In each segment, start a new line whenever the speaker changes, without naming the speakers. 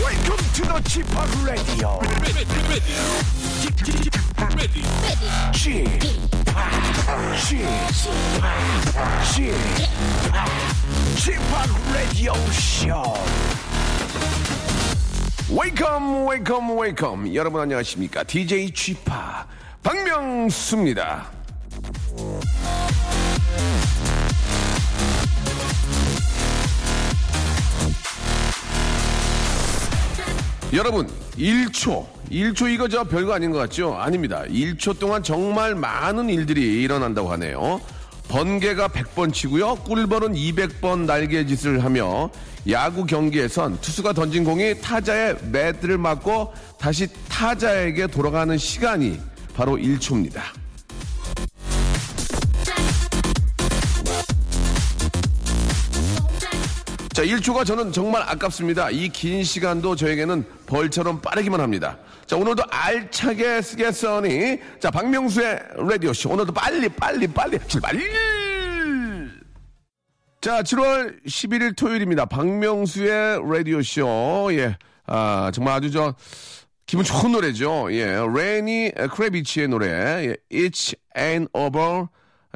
Welcome to the g p o p Radio. g p o p g p o p Radio Show. Welcome, welcome, welcome. 여러분 안녕하십니까? DJ g p o p 박명수입니다. 여러분, 1초. 1초 이거 저 별거 아닌 것 같죠? 아닙니다. 1초 동안 정말 많은 일들이 일어난다고 하네요. 번개가 100번 치고요. 꿀벌은 200번 날개짓을 하며 야구 경기에선 투수가 던진 공이 타자의 매트를 맞고 다시 타자에게 돌아가는 시간이 바로 1초입니다. 자, 1초가 저는 정말 아깝습니다. 이 긴 시간도 저에게는 벌처럼 빠르기만 합니다. 자, 오늘도 알차게 쓰겠으니, 자, 박명수의 라디오쇼. 오늘도 빨리, 빨리, 빨리, 출발! 자, 7월 11일 토요일입니다. 박명수의 라디오쇼. 예. 아, 정말 아주 저, 기분 좋은 노래죠. 예. 레니 크레비치의 노래. 예. It's ain't over.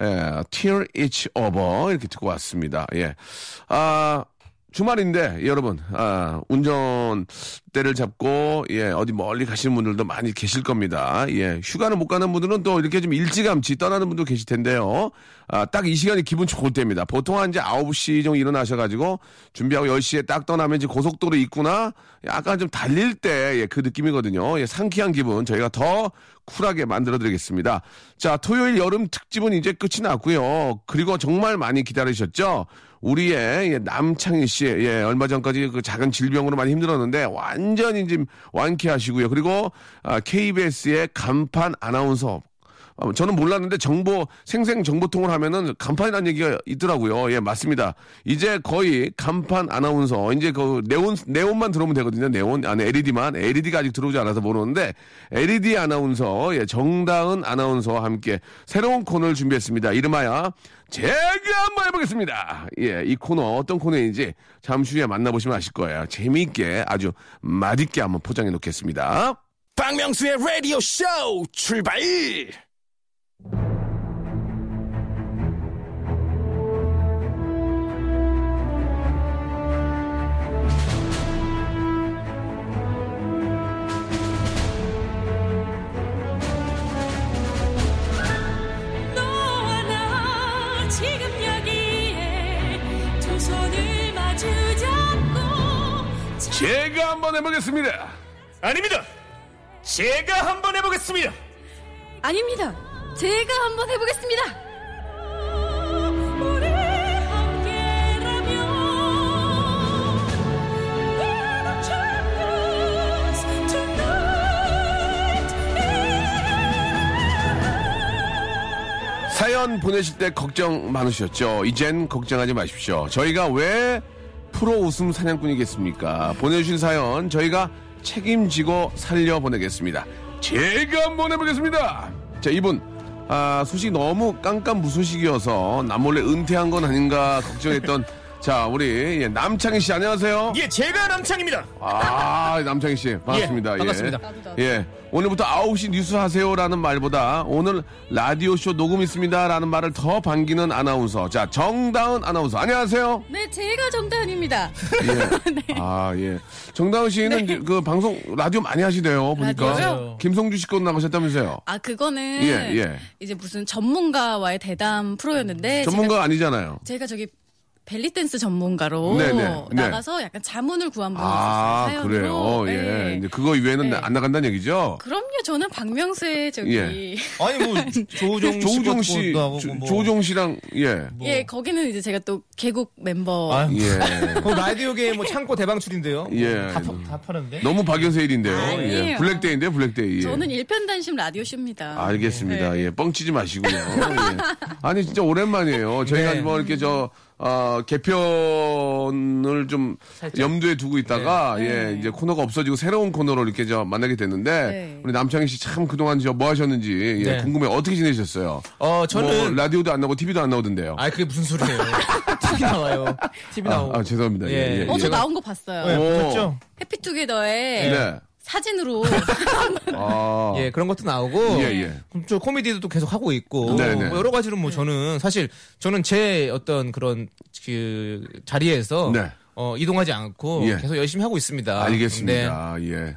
예. Till it's over. 이렇게 듣고 왔습니다. 예. 아, 주말인데 여러분 아, 운전대를 잡고 예 어디 멀리 가시는 분들도 많이 계실 겁니다. 예 휴가는 못 가는 분들은 또 이렇게 좀 일찌감치 떠나는 분도 계실 텐데요. 아, 딱 이 시간이 기분 좋을 때입니다. 보통 한 이제 9시 정도 일어나셔가지고 준비하고 10시에 딱 떠나면 이제 고속도로 있구나 약간 좀 달릴 때 그 느낌이거든요. 예, 상쾌한 기분 저희가 더 쿨하게 만들어드리겠습니다. 자 토요일 여름 특집은 이제 끝이 났고요. 그리고 정말 많이 기다리셨죠? 우리의 예, 남창희 씨, 예, 얼마 전까지 그 작은 질병으로 많이 힘들었는데 완전히 지금 완쾌하시고요. 그리고 아, KBS의 간판 아나운서. 어, 저는 몰랐는데 정보 생생 정보통을 하면은 간판이라는 얘기가 있더라고요. 예, 맞습니다. 이제 거의 간판 아나운서 이제 그 네온 네온만 들어오면 되거든요. 네온 E 아니 LED만 LED가 아직 들어오지 않아서 모르는데 LED 아나운서 예, 정다은 아나운서와 함께 새로운 코너를 준비했습니다. 이름하여 제가 한번 해보겠습니다. 예, 이 코너 어떤 코너인지 잠시 후에 만나보시면 아실 거예요. 재미있게 아주 맛있게 한번 포장해 놓겠습니다.
박명수의 라디오 쇼 출발!
너와 나 지금 여기에 두 손을 마주 잡고
제가 한번 해보겠습니다.
아닙니다! 제가 한번 해보겠습니다!
아닙니다. 제가 한번 해보겠습니다.
우리 함께라면 We're the champions tonight
사연 보내실 때 걱정 많으셨죠? 이젠 걱정하지 마십시오. 저희가 왜 프로 웃음 사냥꾼이겠습니까? 보내주신 사연 저희가 책임지고 살려 보내겠습니다. 제가 한번 해보겠습니다. 자, 이분. 아, 소식 너무 깜깜 무소식이어서 남몰래 은퇴한 건 아닌가 걱정했던 자, 우리 예, 남창희 씨 안녕하세요.
예, 제가 남창입니다!
아, 남창희 씨 반갑습니다.
예, 반갑습니다.
예. 예, 오늘부터 9시 뉴스 하세요라는 말보다 오늘 라디오 쇼 녹음 있습니다라는 말을 더 반기는 아나운서. 자, 정다은 아나운서. 안녕하세요.
네, 제가 정다은입니다. 네.
예. 아, 예. 정다은 씨는 그 방송 라디오 많이 하시대요. 보니까.
라디오요?
김성주 씨 건 나가셨다면서요.
아, 그거는
예, 예.
이제 무슨 전문가와의 대담 프로였는데
전문가 아니잖아요.
네, 제가, 제가 저기 벨리댄스 전문가로
네, 네, 네.
나가서 약간 자문을 구한 분이
아,
있었어요. 사연으로.
그래요. 예.
네.
이제 그거 이외에는
네.
안 나간다는 얘기죠?
그럼요, 저는 박명수의 저기
예.
예.
아니 뭐 조우종
그
조우종 씨,
하고
조,
뭐.
조우종 씨랑, 예.
뭐. 거기는 이제 제가 또 개국 멤버.
아유,
예.
그 라디오계의 뭐 창고 대방출인데요. 뭐
예.
다, 펴- 다 펴는데.
너무 박연세일인데요.
아니에요.
예. 블랙데이인데요, 블랙데이. 예. 아,
저는 일편단심 라디오 쇼입니다.
알겠습니다.
네.
예, 뻥치지 마시고요. 예. 아니 진짜 오랜만이에요. 저희가
네.
뭐 이렇게 저 어, 개편을 좀 염두에 두고 있다가
네.
예, 이제 코너가 없어지고 새로운 코너로 이렇게 저 만나게 됐는데
네.
우리 남창희 씨 참 그동안 저 뭐 하셨는지 예,
네.
궁금해 어떻게 지내셨어요?
어,
뭐
저는.
라디오도 안 나오고 TV도 안 나오던데요.
아, 그게 무슨 소리예요. TV 나와요. TV
아,
나오고.
아, 죄송합니다. 예,
예.
예,
어,
예.
저 나온 거 봤어요.
네,
오.
그렇죠.
해피투게더에
네.
사진으로
아.
예, 그런 것도 나오고.
예, 예.
그럼 저 코미디도 또 계속 하고 있고.
네, 네.
뭐 여러 가지로 뭐 저는 사실 저는 제 어떤 그런 그 자리에서
네.
어, 이동하지 않고
예.
계속 열심히 하고 있습니다. 네.
알겠습니다. 예.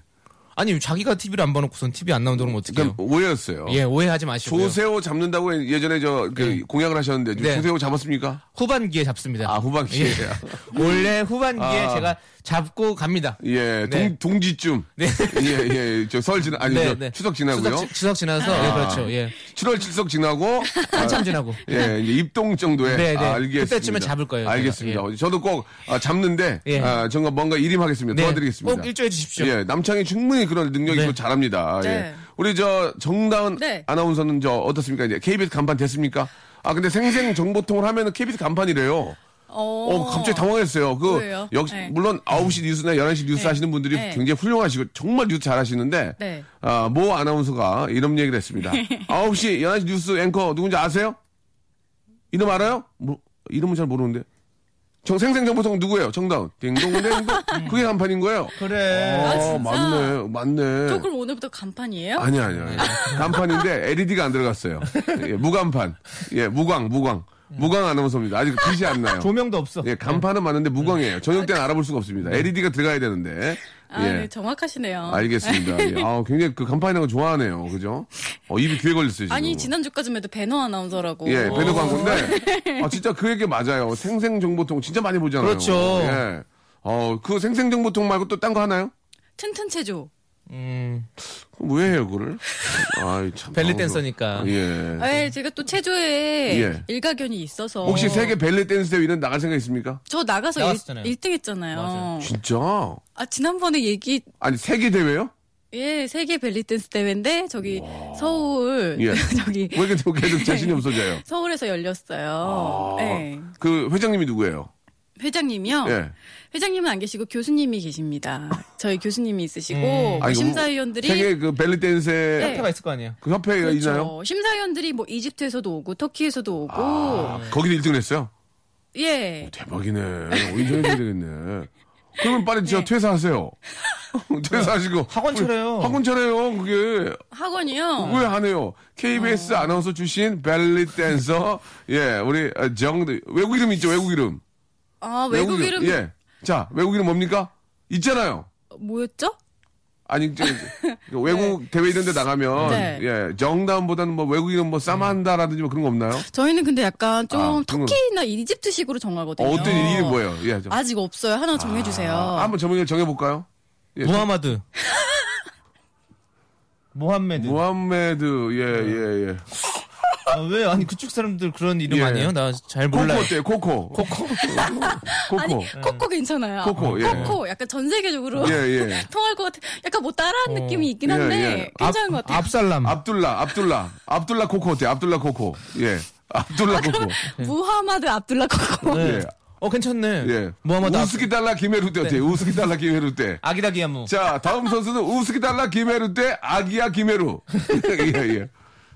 아니, 자기가 TV를 안 봐놓고선 TV 안 나온다고 그러면 어떡해요?
그러니까 오해였어요.
예, 오해하지 마시고요.
조세호 잡는다고 예전에 저 그 공약을 하셨는데 지금
네.
조세호 잡았습니까?
후반기에 잡습니다.
아 후반기에
원래 후반기에
아.
제가 잡고 갑니다.
예
네.
동, 지쯤
네.
예예저설 지나 아니 저 추석 지나고요. 아.
추석, 지- 추석 지나서 예, 그렇죠. 예.
7월 칠석 지나고 아,
한참 지나고.
예, 이제 입동 정도에
네, 네.
아, 알겠습니다.
그때쯤에 잡을 거예요, 제가.
알겠습니다. 저도 꼭 아, 잡는데
예.
아, 정말 뭔가 이름하겠습니다.
네.
도와드리겠습니다.
꼭 일조해 주십시오.
예, 남창이 충분히 그런 능력이
네.
있고 잘합니다. 예.
네.
우리 저 정다은
네.
아나운서는 저 어떻습니까? 이제 KBS 간판 됐습니까? 아 근데 생생 정보통을 하면은 KBS 간판이래요.
어,
어, 갑자기 당황했어요. 그,
왜요?
역시,
네.
물론 9시 뉴스나 11시 뉴스
네.
하시는 분들이
네.
굉장히 훌륭하시고, 정말 뉴스 잘 하시는데,
네.
아, 모 아나운서가 이런 얘기를 했습니다. 9시, 11시 뉴스 앵커 누군지 아세요? 이름 알아요? 뭐, 이름은 잘 모르는데. 정, 생생정보통 누구예요? 정다운. 딩동댕동. 그게 간판인 거예요.
그래.
네.
어.
아, 진짜?
맞네. 맞네.
저 그럼 오늘부터 간판이에요?
아니 아니 아니.
네.
간판인데 LED가 안 들어갔어요. 예, 무간판. 예, 무광, 무광.
네.
무광 아나운서입니다. 아직 빛이 안 나요.
조명도 없어.
예, 간판은 많은데 무광이에요. 저녁 때는 알아볼 수가 없습니다.
네.
LED가 들어가야 되는데.
아,
예.
그렇죠.
네, 정확하시네요.
알겠습니다. 예. 아, 굉장히 그 간판이라는 거 좋아하네요. 그죠? 어, 입이 귀에 걸렸어요, 지금.
아니 지난주까지만 해도 배너 아나운서라고.
예, 배너 광고인데. 아, 진짜 그 얘기 맞아요. 생생정보통 진짜 많이 보잖아요.
네. 그렇죠.
예. 어, 그 생생정보통 말고 또 딴 거 하나요?
튼튼 체조.
음,
그럼 왜 해요, 그거를? 아이, 참.
벨리
당황스러워.
댄서니까.
예.
네, 제가 또 체조에
예.
일가견이 있어서.
혹시 세계 벨리 댄스 대회는 나갈 생각 있습니까?
저 나가서
나갔었잖아요.
1, 등 했잖아요.
맞아요.
진짜?
아, 지난번에 얘기,
아니, 세계 대회요?
예, 세계 벨리댄스 대회인데, 저기, 서울,
예.
저기,
왜 이렇게 계속 자신이 없어져요?
서울에서 열렸어요.
아,
예.
그 회장님이 누구예요?
어.
회장님이요?
예.
회장님은 안 계시고 교수님이 계십니다. 저희
음.
교수님이 있으시고, 뭐
아니,
심사위원들이.
세계 그 벨리 댄스
네.
가 있을 거 아니에요.
그 협회가
그렇죠.
있나요?
심사위원들이 뭐 이집트에서도 오고 터키에서도 오고
아, 거기서 1등을 했어요?
예
대박이네. 어, 인정해줘야 되겠네. 그러면 빨리
네.
진짜 퇴사하세요. 퇴사하시고.
어, 학원 차려요.
학원 차려요, 그게.
학원이요
왜 안 해요? KBS
어.
아나운서 출신 벨리 댄서. 예, 우리 어, 정, 외국 이름 있죠, 외국 이름.
아 외국 이름
예. 자, 외국 이름 뭡니까? 있잖아요.
뭐였죠?
아니 저, 그 외국 대회 이런 데 나가면
네.
예 정다운보다는 뭐 외국 이름 뭐 사만다라든지 뭐 그런 거 없나요?
저희는 근데 약간 좀
아, 그건-
터키나 이집트식으로 정하거든요.
어, 어떤 이름 뭐예요? 예. 좀.
아직 없어요. 하나 정해주세요.
아, 한번 제목을 정해 볼까요? 예.
무하마드. 모함메드.
무함메드
네.
예예 예.
아, 왜? 아니, 그쪽 사람들 그런 이름
예.
아니에요? 나 잘
코코
몰라요.
어때요? 코코. 코코.
아니
코코. 음.
코코 괜찮아요.
코코, 예.
코코 약간 전 세계적으로
예, 예.
통할 것 같아. 약간 뭐 따라한 느낌이 있긴
예,
한데
예.
괜찮은 것 같아요.
압살람.
압둘라, 압둘라. 압둘라 코코 어때요? 압둘라 코코. 예.
아,
압둘라 코코.
무하마드 압둘라 코코.
네.
예.
어, 괜찮네.
예.
무하마드. 압-
우스키 달라 김해루 때
네.
어때요? 우스키 달라 김해루 때.
아기다기야무.
자, 다음 선수는 우스키달라 김해루 대 아기야 김해루. 예, 예.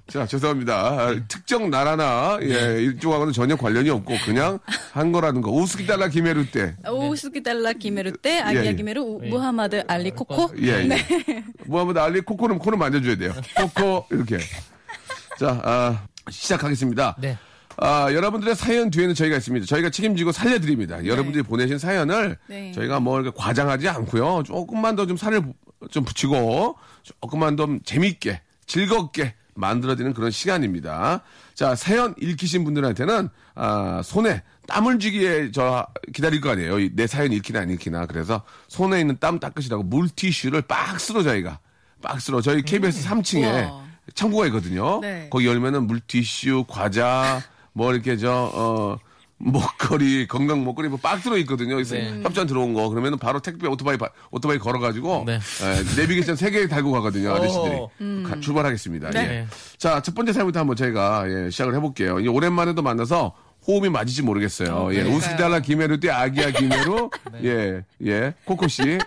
자, 죄송합니다. 아, 특정 나라나,
네.
예, 이쪽하고는 전혀 관련이 없고, 그냥 한 거라는 거. 우스키달라 김해루 때.
오스키달라 기메르 때 아기야
네. 예, 예.
기메르 우- 무하마드 알리 코코. 네.
예, 예. 무하마드 알리 코코는 코를 만져줘야 돼요. 코코, 이렇게. 자, 아, 시작하겠습니다.
네.
아, 여러분들의 사연 뒤에는 저희가 있습니다. 저희가 책임지고 살려드립니다. 여러분들이 보내신 사연을
네.
저희가 뭐 이렇게 과장하지 않고요. 조금만 더 좀 살을 부- 좀 붙이고 조금만 더 재밌게 즐겁게 만들어지는 그런 시간입니다. 자, 사연 읽히신 분들한테는 아, 손에 땀을 쥐기에 저 기다릴 거 아니에요. 이내 사연 읽히나 안 읽히나. 그래서 손에 있는 땀 닦으시라고 물티슈를 박스로 저희가 박스로 저희 KBS 3층에
우와.
창고가 있거든요.
네.
거기 열면은 물티슈, 과자, 뭐 이렇게 저, 어, 목걸이, 건강 목걸이 뭐 박스로 있거든요. 그래서
네.
협찬 들어온 거. 그러면은 바로 택배 오토바이, 바- 오토바이 걸어가지고.
네.
예, 내비게이션 세 개 달고 가거든요. 아저씨들이.
어허.
가- 출발하겠습니다.
음. 네.
예. 자, 첫 번째 사연부터 한번 저희가 예, 시작을 해볼게요. 이제 오랜만에도 만나서 호흡이 맞을지 모르겠어요.
어,
예.
그러니까요.
우스달라 김해로 때 아기야 김해로
네.
예, 예. 코코 씨. 예,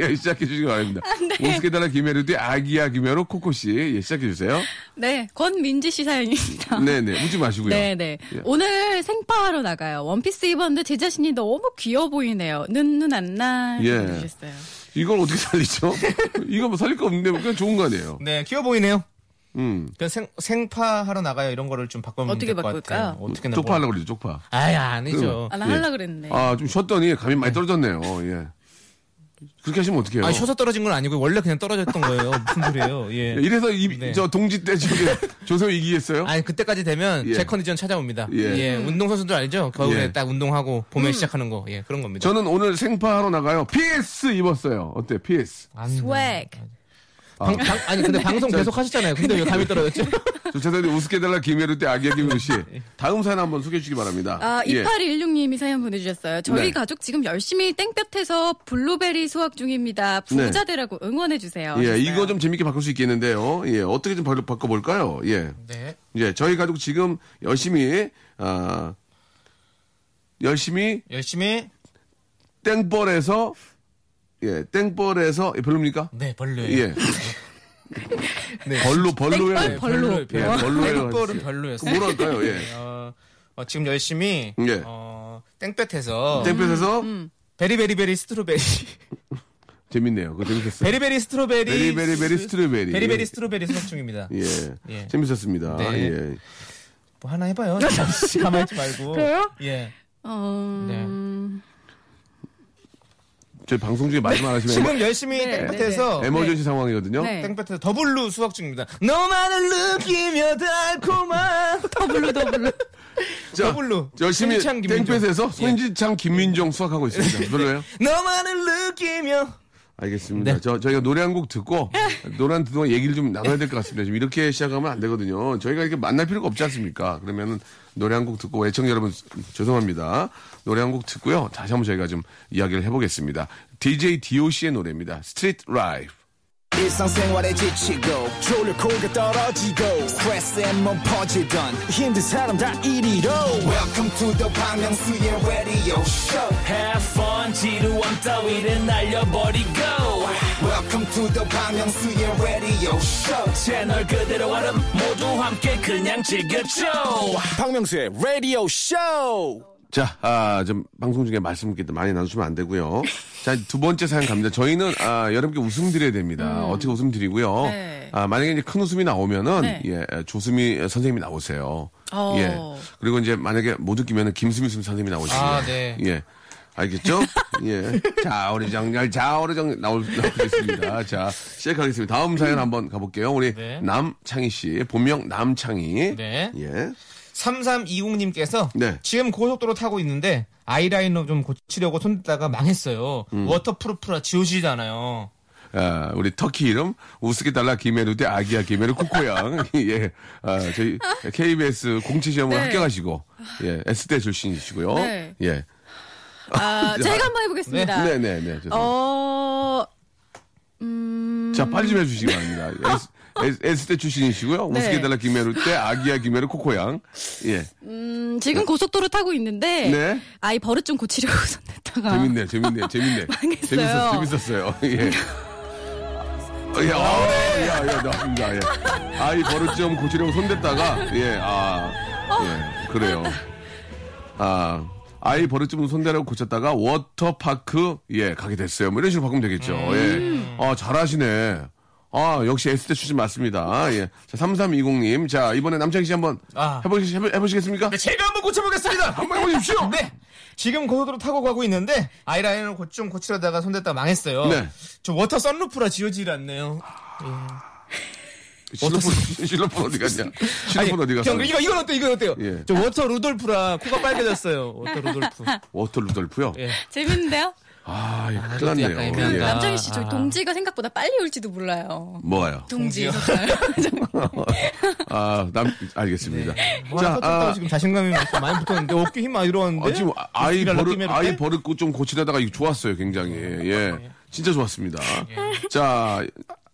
예, 시작해 주시기 바랍니다.
아, 네.
우스케달라 김해로 때 아기야 김해로 코코 씨. 예, 시작해 주세요.
네, 권민지 씨 사연입니다.
네, 네. 웃지 마시고요.
네네.
예.
오늘 생파하러 나가요. 원피스 입었는데 제 자신이 너무 귀여워 보이네요. 눈눈 안 나.
예.
이렇게 해주셨어요.
이걸 어떻게 살리죠? 이거 뭐 살릴 거 없는데 그냥 좋은 거 아니에요.
네, 귀여워 보이네요.
음.
그냥 그러니까 생, 생파 하러 나가요. 이런 거를 좀 바꿔보면
어떻게
될것
바꿀까요?
같아요. 어떻게 나
쪽파 하려고 그러죠, 쪽파.
아야 아니죠.
아, 나
예.
하려고 그랬는데.
아, 좀 쉬었더니 감이 많이 떨어졌네요. 예. 그렇게 하시면 어떡해요?
아, 쉬어서 떨어진 건 아니고 원래 그냥 떨어졌던 거예요. 무슨 소리예요? 예.
이래서 이,
네.
저 동지 때 지금 조세호 이기겠어요?
아니 그때까지 되면
예.
제 컨디션 찾아옵니다.
예.
예, 운동 선수들 알죠? 겨울에
예.
딱 운동하고 봄에
음.
시작하는 거, 예 그런 겁니다.
저는 오늘 생파하러 나가요. PS 입었어요. 어때? PS.
안 돼.
스웩.
방, 방, 아니 근데 방송 계속 하셨잖아요. 근데 왜 감이 떨어졌죠?
저 죄송한데 우습게 달라 김혜루 때 아기야 김혜루 씨.
네.
다음 사연 한번 소개해 주시기 바랍니다.
아,
예.
2816님이 사연 보내주셨어요. 저희
네.
가족 지금 열심히 땡볕에서 블루베리 수확 중입니다. 부자 되라고 응원해주세요.
네. 예,
하셨어요.
이거 좀 재밌게 바꿀 수 있겠는데요. 예, 어떻게 좀 바꿔- 바꿔볼까요? 예.
네.
예, 저희 가족 지금 열심히, 아, 열심히
열심히
땡벌에서, 예, 땡벌에서, 예, 별로입니까?
네 벌로.
예. 벌로, 벌로요.
네,
땡벌, 벌- 별로.
예, 별로예요.
아, 땡벌은 별로였어요.
뭐랄까요, 예.
어, 어, 지금 열심히
예. 네.
어, 땡볕에서
음,
땡볕에서
베리베리베리 스트로베리
재밌네요. 그거 재밌었어요.
베리베리 스트로베리
베리베리베리
스-
스트로베리.
베리베리
예.
스트로베리 수업 중입니다.
예.
예.
재밌었습니다.
네.
예.
뭐 하나 해봐요. 잠시 가만히 있지 말고.
그래요?
예.
어...
네.
저희 방송 중에 마지막 하시면
지금 열심히
네,
땡볕에서
에머전시 상황이거든요.
네.
땡볕에서 더블루 수학 중입니다. 너만을 느끼며 달콤한 더블루 더블루
자,
더블루
열심히
손지창, 김민종. 예.
땡볕에서 손지창 김민종 수학하고 있습니다. 별로예요?
너만을 느끼며
알겠습니다. 저, 저희가 노래 한 곡 듣고 노래 한 듣고 얘기를 좀 나눠야 될 것 같습니다. 지금 이렇게 시작하면 안 되거든요. 저희가 이렇게 만날 필요가 없지 않습니까? 그러면은 노래 한 곡 듣고 애청자 여러분 죄송합니다. 노래 한 곡 듣고요. 다시 한번 저희가 좀 이야기를 해보겠습니다. DJ DOC의 노래입니다. 스트리트 라이브.
일상생활에 지치고, 졸려 코가 떨어지고, 스트레스에 몸 퍼지던, 힘든 사람 다 이리로. welcome to the Bang Myung-soo's radio show
Have fun 지루한 따위를 날려버리고
welcome to the Bang Myung-soo's radio show
채널 그대로 와름 모두 함께 그냥 즐겨줘
박명수의 라디오 쇼.
자, 아, 좀 방송 중에 말씀 이렇게 많이 나누시면 안 되고요. 자, 두 번째 사연 갑니다. 저희는 아, 여러분께 웃음 드려야 됩니다. 어떻게 웃음 드리고요.
네.
아, 만약에 이제 큰 웃음이 나오면은
네.
예, 조수미 선생님이 나오세요.
어.
예. 그리고 이제 만약에 못 웃기면은 김수미 선- 선생님이 나오시고요.
아, 네.
예. 알겠죠? 예. 자, 우리 정렬, 자, 우리 정 나올, 나오겠습니다. 자, 시작하겠습니다. 다음 사연 한번 가볼게요. 우리
네.
남창희 씨. 본명 남창희.
네.
예.
3320님께서
네.
지금 고속도로 타고 있는데 아이라이너 좀 고치려고 손대다가 망했어요.
음.
워터프루프라 지워지지 않아요.
아, 우리 터키 이름 우스키 달라 김해루 대 아기야 김해루 코코양 예, 아, 저희 KBS 공채 시험을
네.
합격하시고 예, S대 출신이시고요.
네.
예,
아, 제가 한번 해보겠습니다.
네, 네, 네. 죄송합니다.
어, 음,
자, 빨리 좀 해주시기 바랍니다. S, S, 대 출신이시고요.
네.
우스키 달라 김해루 대 아기야 김해루 코코양 예,
음, 지금 고속도로 타고 있는데
네.
아이 버릇 좀 고치려고 손댔다가
재밌네, 재밌네, 재밌네.
망했어요.
재밌었, 재밌었어요. 예. 어, 예, 아, 야, 야, 나습니다 예. 아이 버릇 좀 고치려고 손댔다가, 예, 아,
어.
예, 그래요. 아, 아이 버릇 좀 손대려고 고쳤다가 워터파크, 예, 가게 됐어요. 뭐 이런 식으로 바꾸면 되겠죠.
음.
예. 아, 잘하시네. 아, 역시 S대 출신 맞습니다. 예. 자, 3320님. 자, 이번에 남창희 씨 한번
아.
해보시, 해보, 해보시겠습니까?
네, 제가 한번 고쳐보겠습니다.
아, 한번 해보십시오.
네. 지금 고속도로 타고 가고 있는데 아이라인을 고- 좀 고치려다가 손댔다 망했어요.
네.
저 워터 선루프라 지워지질 않네요.
실로폰, 실로폰 어디 갔냐?
아니,
실로폰 어디 갔어?
형, 이거 이건 어때? 이건 어때요?
예.
저 워터 루돌프라 코가 빨개졌어요. 워터 루돌프.
워터 루돌프요?
예.
재밌는데요?
아, 이거
이것도
큰일
약간
났네요.
애매한가?
예.
남정희 씨, 저희 동지가 생각보다 빨리 올지도 몰라요.
뭐예요?
동지.
동지요?
아, 남, 알겠습니다.
자,
자, 아,
지금 자신감이 막 많이 붙었는데 어깨 힘 많이 들어왔는데.
아, 지금 아이
고스피랄라
버릇,
끼메르테?
아이 버릇
어, 예.
좀 고치려다가 이거 좋았어요, 굉장히. 예. 진짜 좋았습니다. 자,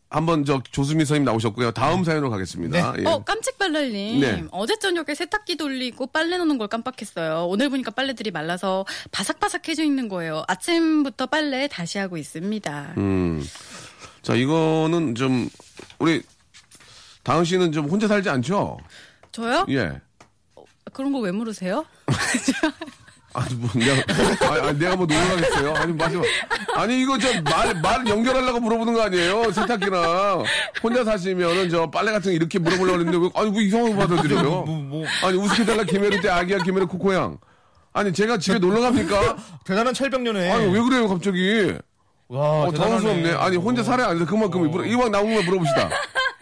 한번 저 조수미 선생님 나오셨고요. 다음 사연으로 가겠습니다.
네.
예.
어, 깜찍빨래님.
네.
어제 저녁에 세탁기 돌리고 빨래 넣는 걸 깜빡했어요. 오늘 보니까 빨래들이 말라서 바삭바삭해져 있는 거예요. 아침부터 빨래 다시 하고 있습니다.
음. 자, 이거는 좀 우리 다은 씨는 좀 혼자 살지 않죠?
저요?
예.
그런 거 왜 물으세요?
아니 뭐 내가 아, 아, 내가 뭐 놀라겠어요? 아니 마지막 아니 이거 저 말 말 연결하려고 물어보는 거 아니에요? 세탁기나 혼자 사시면은 저 빨래 같은 거 이렇게 물어보려고 했는데 왜, 아니 뭐 이상하게 받아들여요? 아니 우습게 달라 김혜루 때 아기야 김혜루 코코양 아니 제가 집에 놀러 갑니까?
대단한 철벽녀네.
아니 왜 그래요 갑자기?
와,
어, 당황스럽네. 아니, 혼자 살아야 안 돼. 그만큼, 물어- 이왕 나온 거 물어봅시다.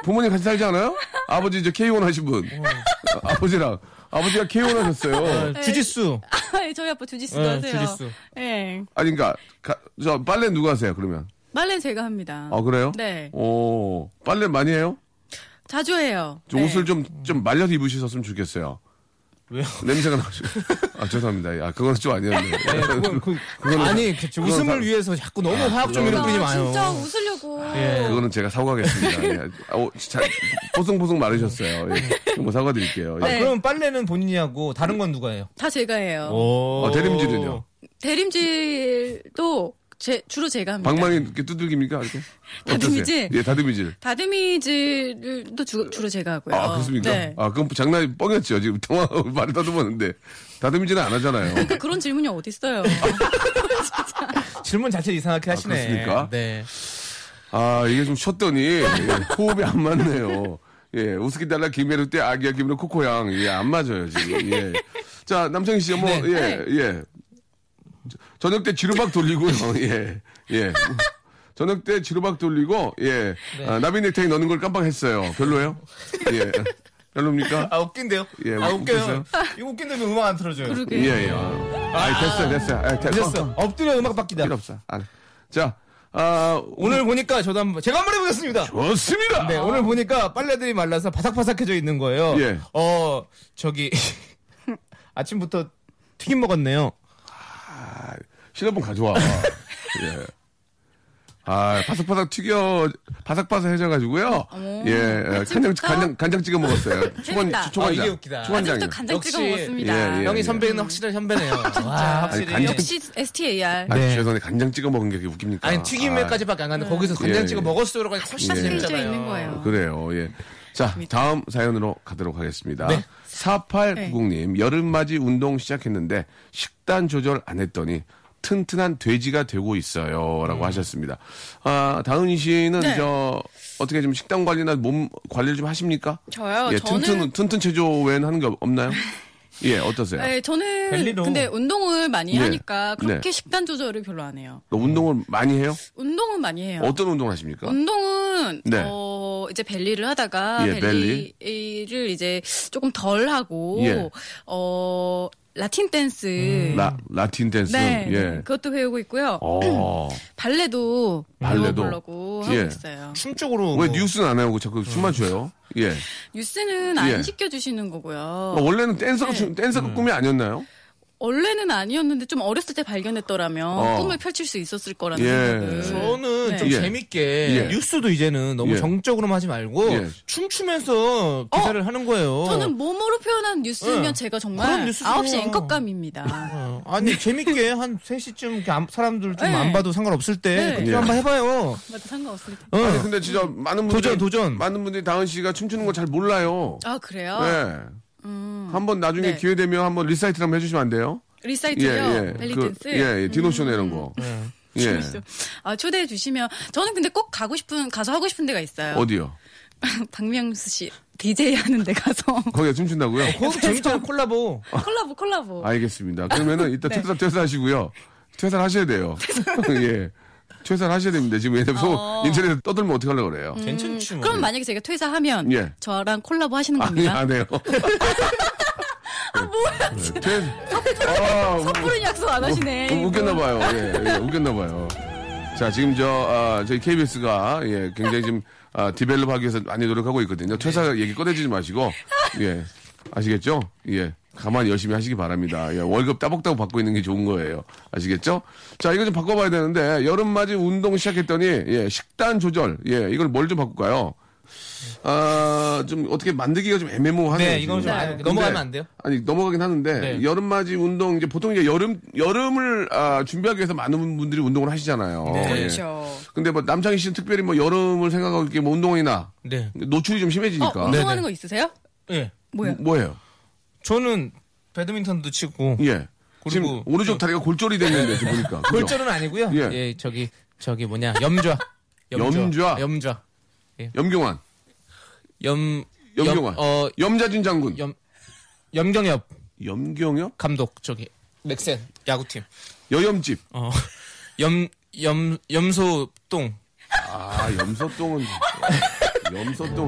부모님 같이 살지 않아요? 아버지 이제 K1 하신 분. 아버지랑. 어. 아버지가 K1 하셨어요.
주짓수.
저희 아빠 주짓수도
네,
하세요.
주짓수.
예.
아니, 그니까, 가- 저, 빨래 누가 하세요, 그러면?
빨래는 제가 합니다.
아, 그래요?
네.
오, 빨래 많이 해요?
자주 해요.
저
네.
옷을 좀, 좀 말려서 입으셨으면 좋겠어요.
왜요?
냄새가 나시고. 아, 죄송합니다. 아, 그건 좀 아니었네.
네, 그건, 그,
그거는-
아니, 그쵸.
그거는
웃음을
다-
위해서 자꾸 너무 화학 좀 이런
아,
분이 많아요.
진짜 웃으려고.
예.
그거는 제가
네.
사과하겠습니다. 예. 아, 오, 진짜, 보송보송 마르셨어요. 예. 뭐 사과드릴게요. 예.
네.
아, 그럼 빨래는 본인이 하고 다른 건 누가 해요?
다 제가 해요.
오.
어, 대림질은요?
대림질도 제, 주로 제가 합니다.
방망이 이렇게 두들깁니까? 이렇게?
다듬이질?
어떠세요? 예, 다듬이질.
다듬이질도 주, 로 제가 하고요.
아, 그렇습니까?
네.
아, 그럼 장난이 뻥이었죠. 지금 통화 말을 다듬었는데. 다듬이질은 안 하잖아요.
그러니까 그런 질문이 어딨어요.
아,
질문 자체 이상하게 하시네.
그렇습니까?
네.
아, 이게 좀 쉬었더니 예, 호흡이 안 맞네요. 예, 우스키 달라 김혜루 때 아기야 김혜루 코코양. 예, 안 맞아요, 지금. 예. 자, 남창희 씨, 뭐, 예, 예. 저- 저녁 때 지루박 돌리고요. 예, 예. 저녁 때 지루박 돌리고, 예. 아, 나비 넥타이 넣는 걸 깜빡했어요. 별로예요? 예. 별로입니까?
아, 웃긴데요?
예,
아,
웃기세요?
웃겨요. 이거 웃긴데 왜 음악 안 틀어줘요?
그러게.
예, 예. 아, 이 됐어요, 됐어요. 아, 됐어.
늦었어. 엎드려 음악 바뀌다.
필요 없어. 아, 자, 아,
오늘 보니까 저도 한번, 제가 한번 해보겠습니다.
좋습니다.
네, 오늘 보니까 빨래들이 말라서 바삭바삭해져 있는 거예요.
예.
어, 저기, 아침부터 튀김 먹었네요.
아, 실험본 가져와. 예. 아, 바삭바삭 튀겨, 바삭바삭 해져가지고요. 예, 예, 간장, 간장, 간장 찍어 먹었어요. 초간,
아, 재밌다.
초간장.
아, 이게 웃기다.
초간장이요.
아직도 간장 찍어
역시-
먹었습니다.
예, 예.
형이 선배는 확실한 선배네요. 와, 확실히.
아니, 간장-
역시 STAR.
아,
네.
죄송한데 간장 찍어 먹은 게 그게 웃깁니까?
아니, 튀김에까지밖에 안 갔는데 거기서
예,
간장 찍어
예.
먹었어요라고 훨씬
스테이지에
재밌잖아요.
네. 있는 거예요.
아, 그래요, 예. 자, 다음 사연으로 가도록 하겠습니다.
네.
네.
4890님, 여름맞이 운동 시작했는데 식단 조절 안 했더니 튼튼한 돼지가 되고 있어요. 라고 하셨습니다. 아, 다은 씨는
음. 네.
저, 어떻게 좀 식단 관리나 몸 관리를 좀 하십니까?
저요?
예,
저는-
튼튼, 튼튼 체조 외에는 하는 게 없- 없나요? 예, 어떠세요?
네, 저는
벨리로.
근데 운동을 많이
네.
하니까
네.
그렇게 식단 조절을 별로 안 해요.
운동을 많이 해요?
운동은 많이 해요.
어떤 운동을 하십니까?
음. 운동은
네.
어 이제 벨리를 하다가
예, 벨리.
벨리를 이제 조금 덜 하고
예. 음,
어 라틴 댄스
라, 라틴 댄스.
네
예.
그것도 배우고 있고요.
어.
발레도
발레도.
배워보려고 하고
예.
있어요.
춤 쪽으로.
왜
뭐-
뉴스는 안 하고 자꾸 춤만 춰요? 예.
뉴스는 안
예.
시켜주시는 거고요.
어, 원래는 댄서가
네.
춤- 댄서가
음.
꿈이 아니었나요?
원래는 아니었는데 좀 어렸을 때 발견했더라면
어.
꿈을 펼칠 수 있었을 거라는
예.
생각을.
저는
네.
좀
예.
재밌게
예.
뉴스도 이제는 너무
예.
정적으로만 하지 말고
예.
춤추면서 기사를 하는 거예요.
어? 저는 몸으로 표현한 뉴스면
예.
제가
그런
정말
뉴스죠.
9시 앵커감입니다.
어, 아니 재밌게 한 3시쯤 이렇게 안- 사람들 좀
네.
안 봐도 상관없을 때
네.
그때
예.
한번 해봐요.
맞아, 상관없습니다.
어.
아니 근데 진짜 많은 분들이
도전, 도전.
많은 분들이 다은 씨가 춤추는 걸 잘 몰라요.
아, 그래요?
네. 한번 나중에
네.
기회 되면 한번 리사이트 한번 해주시면 안 돼요?
리사이트요? 음. 벨리
그,
댄스?
예, 예. 디노쇼 내는 거.
네.
예.
아, 초대해 주시면 저는 근데 꼭 가고 싶은 가서 하고 싶은 데가 있어요.
어디요?
박명수 씨 DJ 하는 데 가서
거기가 춤춘다고요?
네,
거기 재밌잖아 콜라보.
음.
콜라보
아,
콜라보.
알겠습니다. 그러면은 일단
네.
퇴사 퇴사하시고요. 퇴사를 하셔야 돼요. 예. 퇴사를 하셔야 됩니다. 지금 왜냐면 소-
어.
인터넷에 떠들면 어떡하려고 그래요.
음.
괜찮지 뭐.
그럼 만약에 제가 퇴사하면
예.
저랑 콜라보 하시는
아니,
겁니까?
안 해요.
아,
네.
뭐야?
퇴, 아, 우-
푸른 약속 안 하시네.
웃겼나봐요. 예, 예, 웃겼나봐요. 자, 지금 저, 아, 저희 KBS가, 예, 굉장히 지금, 아,
네.
디벨롭 하기 위해서 많이 노력하고 있거든요. 퇴사 얘기 꺼내지 마시고, 예, 아시겠죠? 예. 가만히 열심히 하시기 바랍니다. 예, 월급 따박따박 받고 있는 게 좋은 거예요. 아시겠죠? 자, 이거 좀 바꿔봐야 되는데, 여름맞이 운동 시작했더니, 예, 식단 조절. 예, 이걸 뭘 좀 바꿀까요? 아, 좀 어떻게 만들기가 좀 애매모호하네요.
네, 이건 좀
지금.
안-
근데-
넘어가면 안 돼요?
아니, 넘어가긴 하는데,
네.
여름맞이 운동, 이제 보통 이제 여름, 여름을 아, 준비하기 위해서 많은 분들이 운동을 하시잖아요.
네.
예.
그렇죠.
근데 뭐 남창희 씨는 특별히 뭐 여름을 생각하고 이렇게 뭐 운동이나
네.
노출이 좀 심해지니까. 음.
어,
네네.
운동하는 거 있으세요?
예.
뭐야?
뭐예요?
저는 배드민턴도 치고
예. 지금
그리고
오른쪽 다리가 골절이 됐는데 지금 보니까. 그죠?
골절은 아니고요.
예.
예. 저기 저기 뭐냐 염좌.
염좌?
염좌.
염경환,
염
염경환,
염- 어
염자준 장군,
염- 염경엽
염경엽,
감독 저기 넥센 야구팀.
여염집.
어. 어염염 염소똥.
아 염소똥은 염소똥.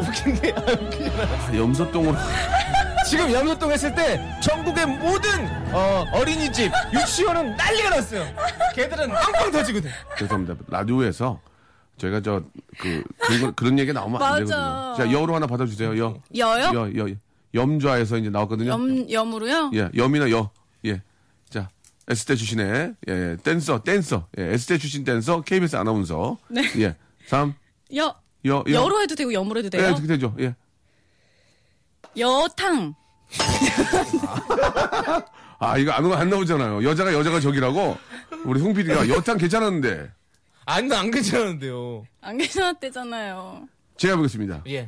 웃긴 게 웃긴 게
아, 염소똥은
지금 염소똥 했을 때 전국의 모든 어, 어린이집 유치원은 난리가 났어요. 걔들은 빵빵 터지거든.
죄송합니다. 라디오에서 저희가 저 그 그런, 거- 그런 얘기 나오면 안
맞아.
되거든요. 자 여로 하나 받아주세요. 여,
여요?
여, 여, 염좌에서 이제 나왔거든요.
염, 염으로요?
예, 염이나 여. 예. 자, S대 출신의 예, 예, 댄서, 댄서. 예, S대 출신 댄서, KBS 아나운서.
네.
예. 3,
여,
여, 여.
여로 해도 되고 염으로 해도
예, 그-
돼요?
어떻게 되죠? 예.
여탕.
아, 이거 안, 안 나오잖아요. 여자가 여자가 저기라고. 우리 홍 PD가 여탕 괜찮았는데.
안도 안 괜찮은데요.
안 괜찮았대잖아요.
제가 해보겠습니다.
예.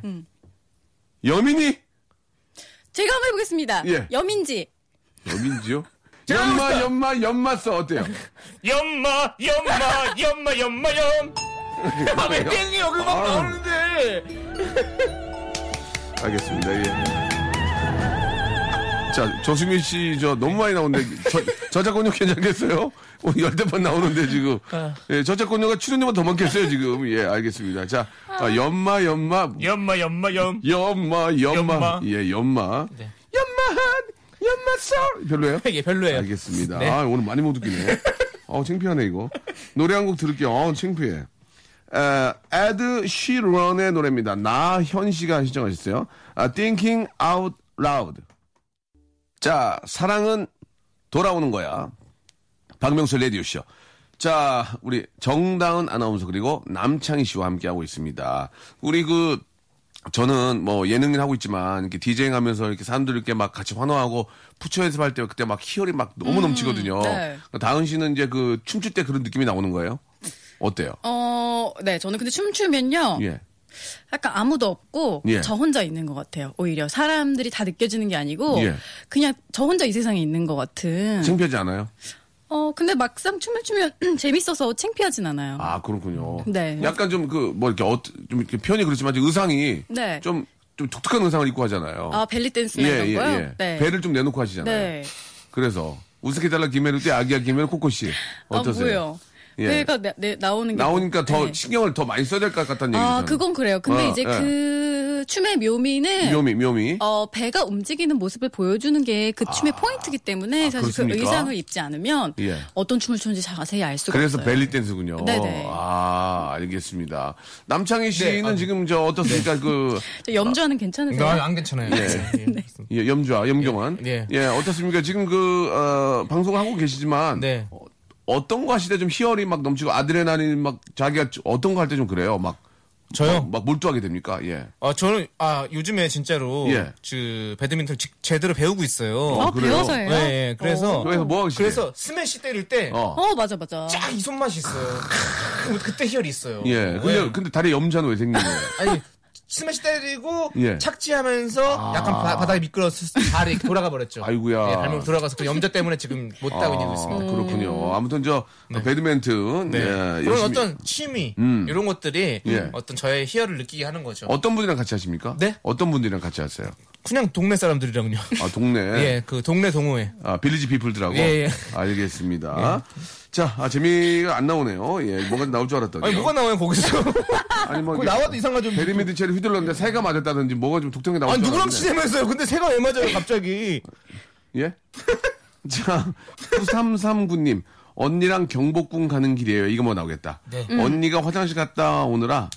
여민이?
제가 한번 해보겠습니다.
예.
염인지.
여민지요? 연마, 연마, 연마 써. 어때요?
염마 염마 염마 염마 염. 아왜 땡이 여기 막
아우.
나오는데?
알겠습니다. 예. 자, 조승민 씨, 저, 너무 많이 나오는데, 저, 저작권료 괜찮겠어요? 오늘 열대 번 나오는데, 지금.
네.
예, 저작권료가 출연료가 더 많겠어요, 지금. 예, 알겠습니다. 자, 아, 연마, 연마,
염마 염마 염.
연마, 연마.
연마.
예, 연마.
네.
연마한, 연마 썰! 별로예요?
이게 별로예요.
알겠습니다.
네.
아, 오늘 많이 못 웃기네. 어우, 창피하네, 이거. 노래 한 곡 들을게요. 어우, 창피해. 에, 에드 쉬런의 노래입니다. 나현 씨가 신청하셨어요. 아, Thinking Out Loud. 자, 사랑은 돌아오는 거야. 박명수 레디오쇼. 자, 우리 정다은 아나운서 그리고 남창희 씨와 함께하고 있습니다. 우리 그, 저는 뭐 예능을 하고 있지만 이렇게 디제잉 하면서 이렇게 사람들 이렇게 막 같이 환호하고 푸처 연습할 때 그때 막 희열이 막 너무 넘치거든요. 그러니까
네.
다은 씨는 이제 그 춤출 때 그런 느낌이 나오는 거예요? 어때요?
어, 네, 저는 근데 춤추면요.
예.
약간 아무도 없고
예.
저 혼자 있는 것 같아요. 오히려 사람들이 다 느껴지는 게 아니고
예.
그냥 저 혼자 이 세상에 있는 것 같은.
창피하지 않아요?
어, 근데 막상 춤을 추면 재밌어서 창피하진 않아요.
아 그렇군요.
네.
약간 좀 그 뭐 이렇게 어, 좀 이렇게 표현이 그렇지만 좀 의상이
네.
좀, 좀 독특한 의상을 입고 하잖아요.
아, 벨리 댄스나
예,
이런
예,
거요?
예.
네.
배를 좀 내놓고 하시잖아요.
네.
그래서 우스케 달라 김혜루 때 아기야 김혜루 코코 씨
아,
어떠세요?
뭐예요?
예.
배가 내- 내- 나오는 게.
나오니까 더
네.
신경을 더 많이 써야 될 것 같다는 얘기죠.
아, 그건 그래요. 근데
어,
이제
예.
그 춤의 묘미는
묘미 묘미.
어, 배가 움직이는 모습을 보여주는 게 그 춤의 포인트이기 때문에 사실 그
아, 그렇습니까?
의상을 입지 않으면
예.
어떤 춤을 추는지 자세히 알 수가
그래서
없어요.
벨리 댄스군요.
네네.
아 알겠습니다.
네,
남창희 씨는
아,
지금 저 어떻습니까? 그
저 염주하는
네,
괜찮으세요?
나안 괜찮아요. 예.
예, 염주아 염경환. 예.
예.
어떻습니까? 지금 그 어, 방송 하고 계시지만
네.
어, 어떤 거 하시다 좀 희열이 막 넘치고 아드레날린 막 자기가 어떤 거 할 때 좀 그래요. 막
저요?
막, 막 몰두하게 됩니까? 예.
아 저는 아 요즘에 진짜로
예.
그 배드민턴 지- 제대로 배우고 있어요.
어,
아, 그래요?
배워서요?
예, 예. 그래서
그래서 뭐 하시게?
그래서 스매시 때릴 때
어.
어, 맞아, 맞아.
쫙 이 손맛이 있어요. 그때 희열이 있어요. 네.
예. 근데 근데 다리 염자는 왜 생긴 거예요?
아니 스매시 때리고
예. 아.
착지하면서 약간 바, 바닥에 미끄러졌을 때 발이 이렇게 돌아가 버렸죠.
아이고야.
예, 발목 돌아가서 그 염좌 때문에 지금 못 따고 있는 거 있습니다.
아,
음.
그렇군요. 아무튼 저 배드민턴
네.
예,
그런
열심히- 음.
어떤 취미 이런 것들이
예.
어떤 저의 희열을 느끼게 하는 거죠.
어떤 분이랑 같이 하십니까?
네?
어떤 분들이랑 같이 하세요?
그냥 동네 사람들이랑요.
아 동네.
예, 그 동네 동호회.
아, 빌리지 피플들하고?
예, 예.
알겠습니다. 자, 아, 재미가 안 나오네요. 예, 뭐가 나올 줄 알았더니.
아니 뭐가 나와요 거기서?
아니, 뭐.
그거
이게
나와도 이상하죠.
베리미드 체를 휘둘렀는데 새가 맞았다든지 뭐가 좀 독특한 게 나올
아니
줄
누구랑
알았는데.
치자면서요? 근데 새가 왜 맞아요 갑자기?
예? 자, 9339님. 언니랑 경복궁 가는 길이에요. 이거 뭐 나오겠다. 언니가 화장실 갔다 오느라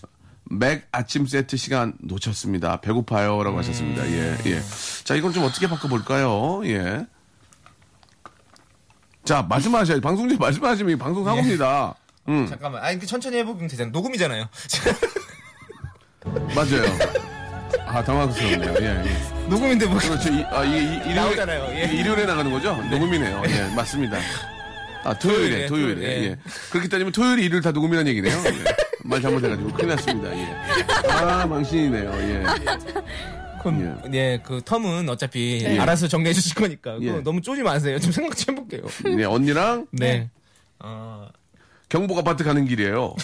맥 아침 세트 시간 놓쳤습니다. 배고파요라고 하셨습니다. 예, 예. 자, 이건 좀 어떻게 바꿔 볼까요? 예. 자, 말씀하셔야 방송 중에 말씀하시면 이 방송 사고입니다. 음,
잠깐만. 아니 그 천천히 해보면 되잖아. 녹음이잖아요.
맞아요. 아, 당황스럽네요. 예, 예.
녹음인데 뭐.
그렇죠. 이, 아, 이게 이- 일요일에,
나오잖아요. 예.
이게 일요일에 나가는 거죠? 녹음이네요. 예, 맞습니다. 아, 토요일에,
토요일에,
토요일에.
토요일에.
예. 그렇게 따지면 토요일, 일요일 다 녹음이라는 얘기네요. 예. 말 잘못해가지고 큰일 났습니다. 예. 아, 망신이네요. 예.
그건, 예, 그 텀은 어차피 알아서 정리해 주실 거니까 그거
예.
너무 쪼지 마세요. 좀 생각 좀 해볼게요.
네, 언니랑
네. 어,
경복 아파트 가는 길이에요.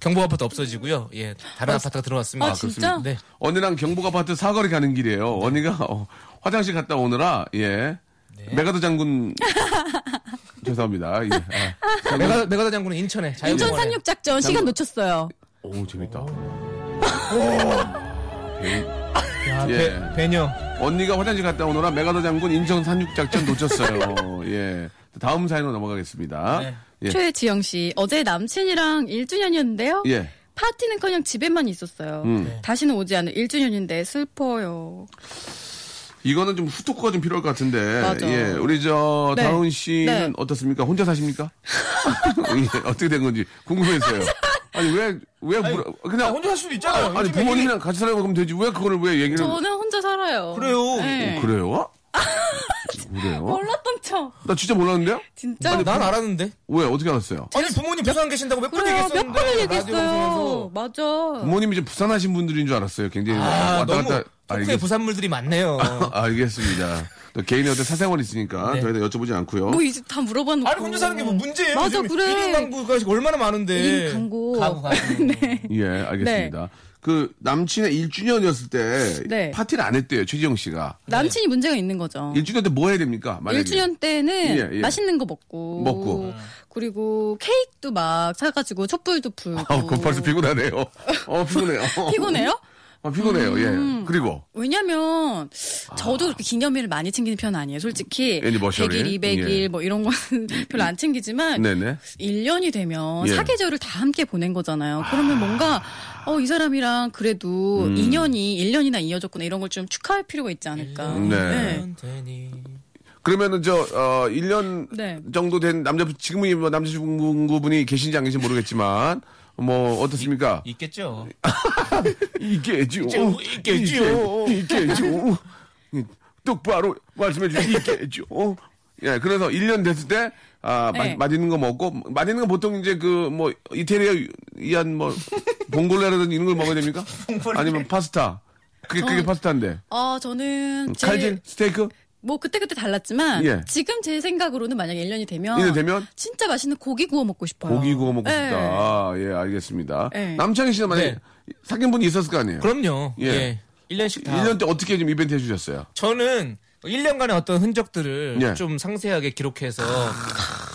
경보 아파트 없어지고요. 예, 다른 아파트가 들어왔습니다.
아, 진짜?
네.
언니랑 경복 아파트 사거리 가는 길이에요. 언니가 어, 화장실 갔다 오느라, 예.
네.
메가더 장군. 죄송합니다. 예. 아,
메가 메가다 장군은 인천에
인천
자유공원에.
산육 작전 시간 놓쳤어요.
오, 재밌다.
아,
예.
배, 배녀.
언니가 화장실 갔다 오느라 메가더 장군 인천 산육작전 놓쳤어요. 예. 다음 사연으로 넘어가겠습니다.
네.
예.
최지영 씨 어제 남친이랑 1주년이었는데요.
예.
파티는커녕 집에만 있었어요.
음.
다시는 오지 않을 1주년인데 슬퍼요.
이거는 좀 후토크가 좀 필요할 것 같은데.
맞아.
예. 우리 저
네.
다운 씨는
네.
어떻습니까? 혼자 사십니까? 예. 어떻게 된 건지 궁금했어요. 아니 왜 왜 물어
아,
그냥
혼자 할 수도 있잖아요.
아니
요즘에
부모님이랑 같이 살아고 그러면 되지 왜 그거를 왜 얘기를 어,
저는 혼자 살아요.
그래요.
네.
그래요? 그래요?
몰랐던 척.
나 진짜 몰랐는데요?
진짜.
난 알았는데.
왜 어떻게 알았어요?
아니 부모님 부산 계신다고 몇 번
그래요.
얘기했었는데.
몇 번을 얘기했어요.
라디오 방송에서. 뭐?
맞아.
부모님이 좀 부산하신 분들인 줄 알았어요. 굉장히
아,
왔다 아.
너무
갔다
토크에
알겠-
부산물들이 많네요.
알겠습니다. 또 개인의 어떤 사생활이 있으니까
네.
저희도 여쭤보지 않고요.
뭐 이제 다 물어봤는데.
아니 혼자 사는 게 뭐 문제예요?
맞아,
요즘
그래.
1인 강구가 얼마나 많은데.
1인 네. 강구.
가구 가구.
예, 알겠습니다. 그 남친의 1주년이었을 때
네. 어.
파티를 안 했대요. 최지영 씨가.
남친이 문제가 있는 거죠.
1주년 때 뭐 해야 됩니까? 만약에.
1주년 때는
예, 예.
맛있는 거 먹고.
먹고. 음.
그리고 케이크도 막 사가지고 촛불도 불고.
아,
어, 그 벌써 피곤하네요. 어, 피곤해요.
피곤해요?
어, 피곤해요.
음.
예. 그리고
왜냐면
아.
저도 그렇게 기념일을 많이 챙기는 편은 아니에요. 솔직히
애니버셔리?
100일, 200일
예.
뭐 이런 거는 별로 안 챙기지만
네네.
1년이 되면
예.
사계절을 다 함께 보낸 거잖아요. 그러면 뭔가 어, 이 사람이랑 그래도
음.
인연이 1년이나 이어졌구나 이런 걸 좀 축하할 필요가 있지 않을까.
네. 그러면은 저 어, 1년
네.
정도 된 남자 지금은 뭐 남자친구분이 계신지 안 계신지 모르겠지만 뭐 어떻습니까?
있겠죠.
아, 이게죠.
이게죠.
이게죠. 똑바로 말씀해 주세요. 이게죠. 예, 그래서 1년 됐을 때, 아, 마-
네.
맛있는 거 먹고, 맛있는 거 보통 이제 그, 뭐, 이태리한 뭐, 봉골레라든지 이런 걸 먹어야 됩니까? 아니면 파스타. 그게, 그게
저는-
파스타인데.
어, 저는 제-
음, 칼질? 스테이크?
뭐 그때그때 달랐지만
예.
지금 제 생각으로는 만약에 1년이 되면
1년 되면?
진짜 맛있는 고기 구워 먹고 싶어요.
고기 구워 먹고
네.
싶다. 아, 예, 알겠습니다.
네.
남창희 씨는 만약에
네.
사귄 분이 있었을 거 아니에요?
그럼요.
예.
예. 1년씩 다.
1년 때 어떻게 좀 이벤트 해주셨어요?
저는 1년간의 어떤 흔적들을
예. 아.
좀 상세하게 기록해서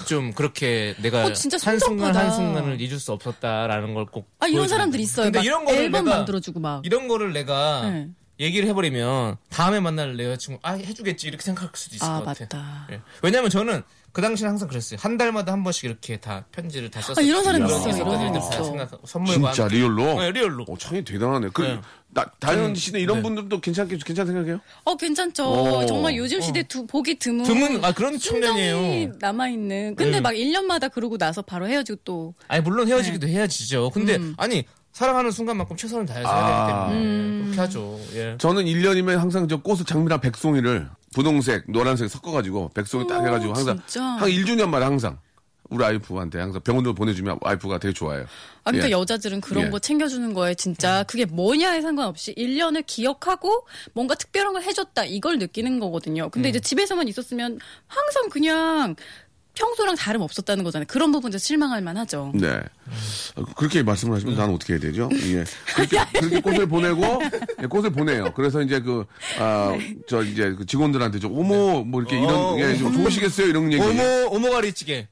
좀 그렇게 내가
어, 진짜
한순간
성급하다.
한순간을 잊을 수 없었다라는 걸 꼭.
아 이런
보여주는
사람들
거예요.
있어요.
근데
막
이런 거를
앨범
내가-
만들어주고 막.
이런 거를 내가
네.
얘기를 해버리면 다음에 만날 내 여자친구 아 해주겠지 이렇게 생각할 수도 있을
아
것 같아.
맞다.
예. 왜냐면 저는 그 당시에 항상 그랬어요. 한 달마다 한 번씩 이렇게 다 편지를 다 썼어요.
아, 이런 사람
그런
있어요.
게 있었던
이런
일들
사람
다
있어.
생각하고 선물과
진짜
함께.
리얼로?
네, 리얼로.
어, 창이 대단하네. 그,
네.
나, 다현
저는-
씨는 이런
네.
분들도 괜찮게, 괜찮 생각해요?
어 괜찮죠.
오.
정말 요즘 시대 두, 보기 드문.
드문, 아, 그런
심정이
청년이에요.
남아 있는. 근데
예.
네.
막 1년마다 그러고 나서 바로 헤어지고 또
아니 물론 헤어지기도 해야지죠. 근데 아니 사랑하는 순간만큼 최선을 다해서
아.
해야 되기 때문에 그렇게 하죠. 예.
저는 1년이면 항상 저 꽃을 장미랑 백송이를 분홍색, 노란색 섞어가지고 백송이 딱
오,
해가지고 항상
진짜?
한 1주년마다 항상 우리 와이프한테 항상 병원으로 보내주면 와이프가 되게 좋아해요.
아, 그러니까
예.
여자들은 그런
예.
거 챙겨주는 거에 진짜 그게 뭐냐에 상관없이 1년을 기억하고 뭔가 특별한 걸 해줬다 이걸 느끼는 거거든요.
음.
근데 이제 집에서만 있었으면 항상 그냥 평소랑 다름 없었다는 거잖아요. 그런 부분에서 실망할 만하죠.
네. 어, 그렇게 말씀을 하시면 나는 어떻게 해야 되죠? 예. 그렇게, 그렇게 꽃을 보내고, 예, 꽃을 보내요. 그래서 이제 그, 아, 저 이제 그 직원들한테 좀, 어머, 뭐 이렇게
네. 어,
이런, 예, 좀 좋으시겠어요? 이런 얘기.
오모 오모가리찌개를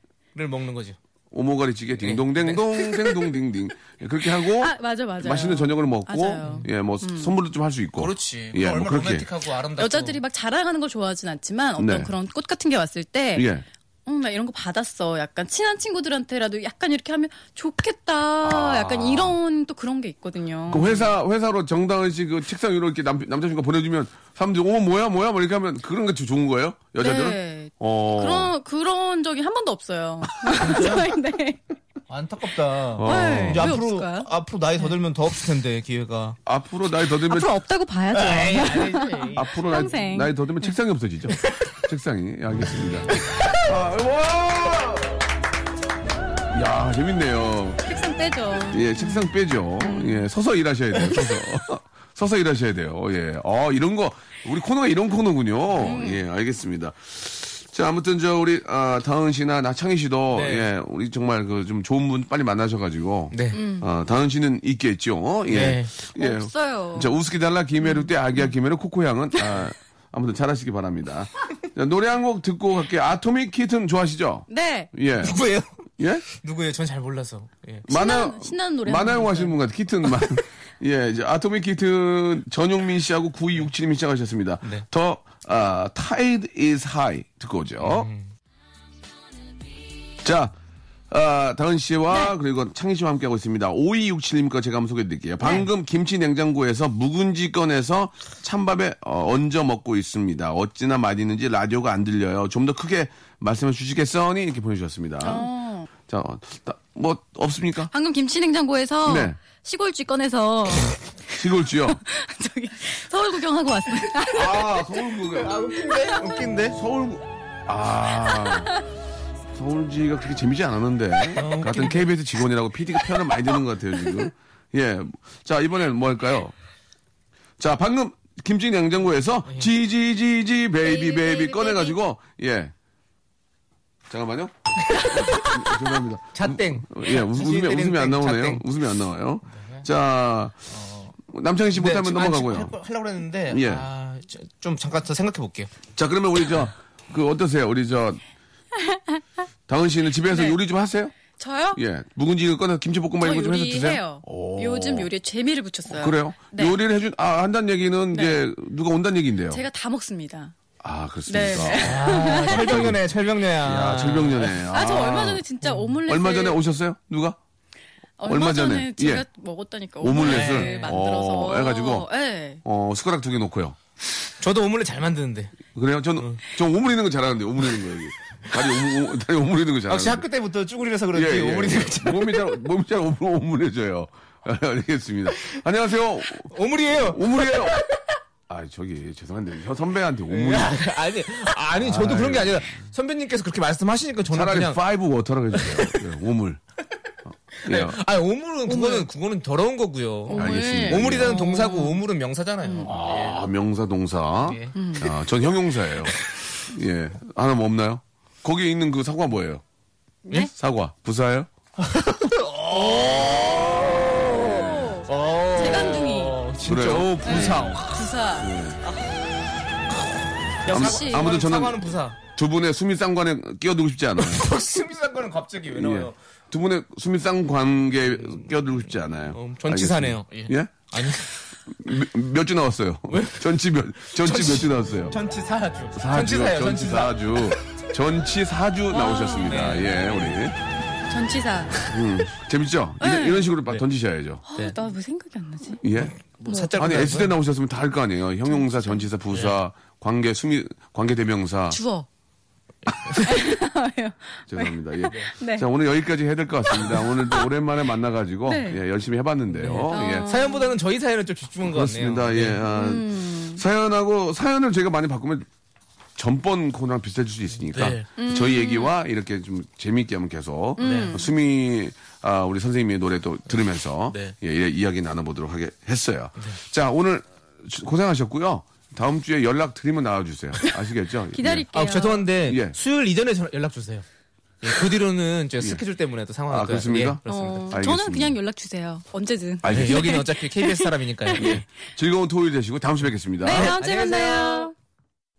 먹는 거죠.
오모가리찌개
네.
딩동댕동 댕동댕딩 예, 그렇게 하고
아 맞아 맞아.
맛있는 저녁을 먹고
맞아요. 음.
예 뭐 선물도 좀 할 수 있고
그렇지.
예, 뭐
얼마나
그렇게
로맨틱하고 아름답고
여자들이 막 자랑하는 걸 좋아하진 않지만 어떤
네.
그런 꽃 같은 게 왔을 때
예.
응, 나 이런 거 받았어. 약간 친한 친구들한테라도 약간 이렇게 하면 좋겠다.
아.
약간 이런 또 그런 게 있거든요.
그 회사 회사로 정다은 씨그 책상 위로 이렇게 남, 남자친구가 보내주면 사람들이 오 뭐야 뭐야 뭐 이렇게 하면 그런 게 좋은 거예요 여자들은
네.
어 아,
그런 그런 적이 한 번도 없어요. 네.
안타깝다.
어. 아,
네.
이제
왜
앞으로
없을까요? 네.
앞으로 나이 더 들면 더 없을 텐데 기회가.
앞으로 나이 더 들면
앞으로 없다고
네.
봐야죠.
아,
앞으로 나이,
평생.
나이 더 들면 책상이 없어지죠 책상이 예, 알겠습니다 아, 와! 야 재밌네요
책상 빼죠.
예 책상 빼죠 예 서서 일하셔야 돼요 서서 서서 일하셔야 돼요 예어 아, 이런 거 우리 코너가 이런 코너군요
음.
예 알겠습니다 자 아무튼 저 우리 아, 다은 씨나 나창희 씨도
네.
예 우리 정말 그 좀 좋은 분 빨리 만나셔가지고
네.
아, 다은 씨는 있겠죠. 어? 예.
네. 음.
예.
없어요.
자, 우스키 달라 김해루 때 아기야 김해루 코코향은 아, 아무튼 잘하시기 바랍니다. 자, 노래 한 곡 듣고 갈게요. 아토믹 키튼 좋아하시죠?
네.
예.
누구예요?
예?
누구예요? 전 잘 몰라서. 예.
만화
신나는 노래
만화용
하나
하시는 분 같아요. 키튼 만. 예, 이제 아토믹 키튼 전용민 씨하고 9267님이 시작하셨습니다.
네.
더 아, Tide is high 듣고 오죠.
음.
자, 아, 다은 씨와
네.
그리고 창희 씨와 함께하고 있습니다. 5267님과 제가 한번 소개해 드릴게요. 방금 김치 냉장고에서 묵은지 꺼내서 찬밥에 어, 얹어 먹고 있습니다. 어찌나 맛있는지 라디오가 안 들려요. 좀 더 크게 말씀해 주시겠어니? 이렇게 보내주셨습니다.
어.
자, 어, 나- 뭐 없습니까?
방금 김치냉장고에서
네.
시골쥐 꺼내서
시골주요.
저기 서울 구경하고 왔어요.
아, 서울구가.
웃긴데? 웃긴데?
서울구. 아. 서울지가 그렇게 재미지 않았는데. 같은 KBS 직원이라고 PD가 표현을 많이 드는 것 같아요, 지금. 예. 자, 이번엔 뭐 할까요? 자, 방금 김치 냉장고에서 지지지지 베이비 베이비 꺼내가지고, 예. 잠깐만요. 아, 죄송합니다.
잣땡.
예, 웃- 웃음이, 웃음이 안 나오네요.
잣땡.
웃음이 안 나와요. 자, 남창희 씨 못하면
네, 지금
넘어가고요.
할 거- 하려고 했는데
예.
아, 저- 좀 잠깐 더 생각해 볼게요.
자, 그러면 우리 저, 그, 어떠세요? 우리 저, 다은 씨는 집에서
네.
요리 좀 하세요?
저요?
예. 묵은지 꺼내서 김치볶음밥
저
이거 좀 해서 드세요?
요리해요.
오.
요즘 요리에 재미를 붙였어요.
그래요?
네.
요리를 해준, 아, 한다는 얘기는 이제 누가 온다는 얘기인데요.
제가 다 먹습니다.
아, 그렇습니까?
네.
아, 철병년에 철병년야.
야, 절병년에.
아, 저 얼마 전에 진짜 오믈렛
음. 얼마 전에 오셨어요? 누가? 얼마 전에,
제가
예.
먹었다니까
오믈렛을?
오믈렛을 만들어서
어, 해가지고?
네.
어, 숟가락 두 개 놓고요.
저도 오믈렛 잘 만드는데.
그래요? 전, 전 오므리는 거 잘하는데, 오므리는 거, 여기. 다리 오므, 오- 다리 오므리는 거 잘하는데.
역시 아, 학교 때부터 쭈구리라서 그런지
예,
오므리는 거 잘-
몸이 잘, 몸이 잘 오므- 오므려져요. 알겠습니다. 안녕하세요.
오므리예요.
오므리예요. 아 저기 죄송한데 혀 선배한테 오므리
아니 아니 저도 그런 게 아니라 선배님께서 그렇게 말씀하시니까 저는
차라리
그냥
파이브 워터라고 해주세요. 예, 오물. 어, 예,
아니 오물은 그거는 그거는 더러운 거고요.
알겠습니다.
오물이라는 음. 동사고 오물은 명사잖아요.
아 명사 동사.
예.
아, 전 형용사예요. 예 하나 뭐 없나요? 거기 있는 그 사과 뭐예요? 네?
예?
사과 부사예요?
어.
재간둥이.
어, 진짜
그래요?
오, 부사.
부사.
음.
역시.
아무- 아무튼 저는-
사과는 부사.
두 분의 수미상관에 끼어들고 싶지 않아요.
수미상과는 갑자기 왜
예.
나와요?
두 분의 수미상 관계에 끼어들고 싶지 않아요.
음, 전치사네요.
알겠습니다. 예?
아니
몇 주 나왔어요? 전치 몇, 전치 몇 주 나왔어요?
전치 사주.
사주,
전치사예요. 아, 네.
전치
전치사.
사주. 전치 사주 나오셨습니다. 예, 우리.
전치사.
음, 재밌죠? 이런, 이런 식으로 막 던지셔야죠.
네.
아, 나 왜 생각이 안 나지?
예?
뭐 사자
아니, S대 나오셨으면 다 할 거 아니에요? 형용사, 전치사, 부사,
네.
관계, 수미, 관계
아.
대명사.
주어.
죄송합니다. 예.
네.
자, 오늘 여기까지 해야 될 것 같습니다. 오늘도 오랜만에 만나가지고,
네.
예, 열심히 해봤는데요. 예.
사연보다는 저희 사연에 좀 집중한 것 같네요. 음.
그렇습니다. 예. 아, 사연하고 사연을 저희가 많이 바꾸면 전번 코너랑 비슷해질 수 있으니까
네.
저희 얘기와 이렇게 좀 재미있게 하면 계속
음.
수미 아, 우리 선생님의 노래 또 들으면서
네.
예, 예, 이야기 나눠보도록 하게 했어요. 자 오늘 주- 고생하셨고요. 다음 주에 연락 드리면 나와주세요. 아시겠죠?
기다릴게요.
아, 죄송한데
예.
수요일 이전에 저- 연락 주세요. 예, 그 뒤로는 제 스케줄 때문에 또 상황이
아,
또-
그렇습니까?
예, 그렇습니다.
어,
알겠습니다.
저는 그냥 연락 주세요. 언제든.
예.
예,
알겠습니다.
여기는 어차피 KBS 사람이니까요. 예.
즐거운 토요일 되시고 다음 주에 뵙겠습니다.
네, 다음 주에
안녕히 계세요.
만나요.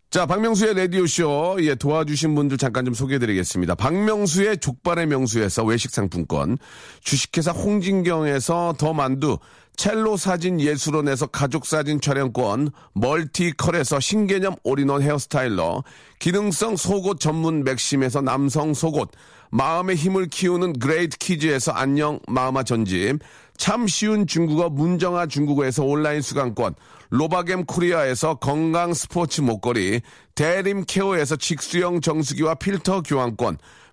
자, 박명수의 라디오쇼, 예, 도와주신 분들 잠깐 좀 소개해드리겠습니다. 박명수의 족발의 명수에서 외식상품권, 주식회사 홍진경에서 더 만두, 첼로 사진 예술원에서 가족사진 촬영권, 멀티컬에서 신개념 올인원 헤어스타일러, 기능성 속옷 전문 맥심에서 남성 속옷, 마음의 힘을 키우는 그레이트 키즈에서 안녕 마마 전집, 참 쉬운 중국어 문정아 중국어에서 온라인 수강권, 로바겜 코리아에서 건강 스포츠 목걸이, 대림 케어에서 직수형 정수기와 필터 교환권,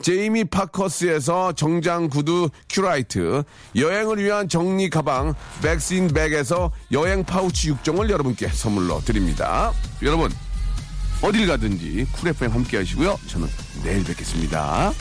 제이미 파커스에서 정장 구두 큐라이트, 여행을 위한 정리 가방 백신 백에서 여행 파우치 6종을 여러분께 선물로 드립니다. 여러분 어딜 가든지 쿨 FM 함께 하시고요. 저는 내일 뵙겠습니다.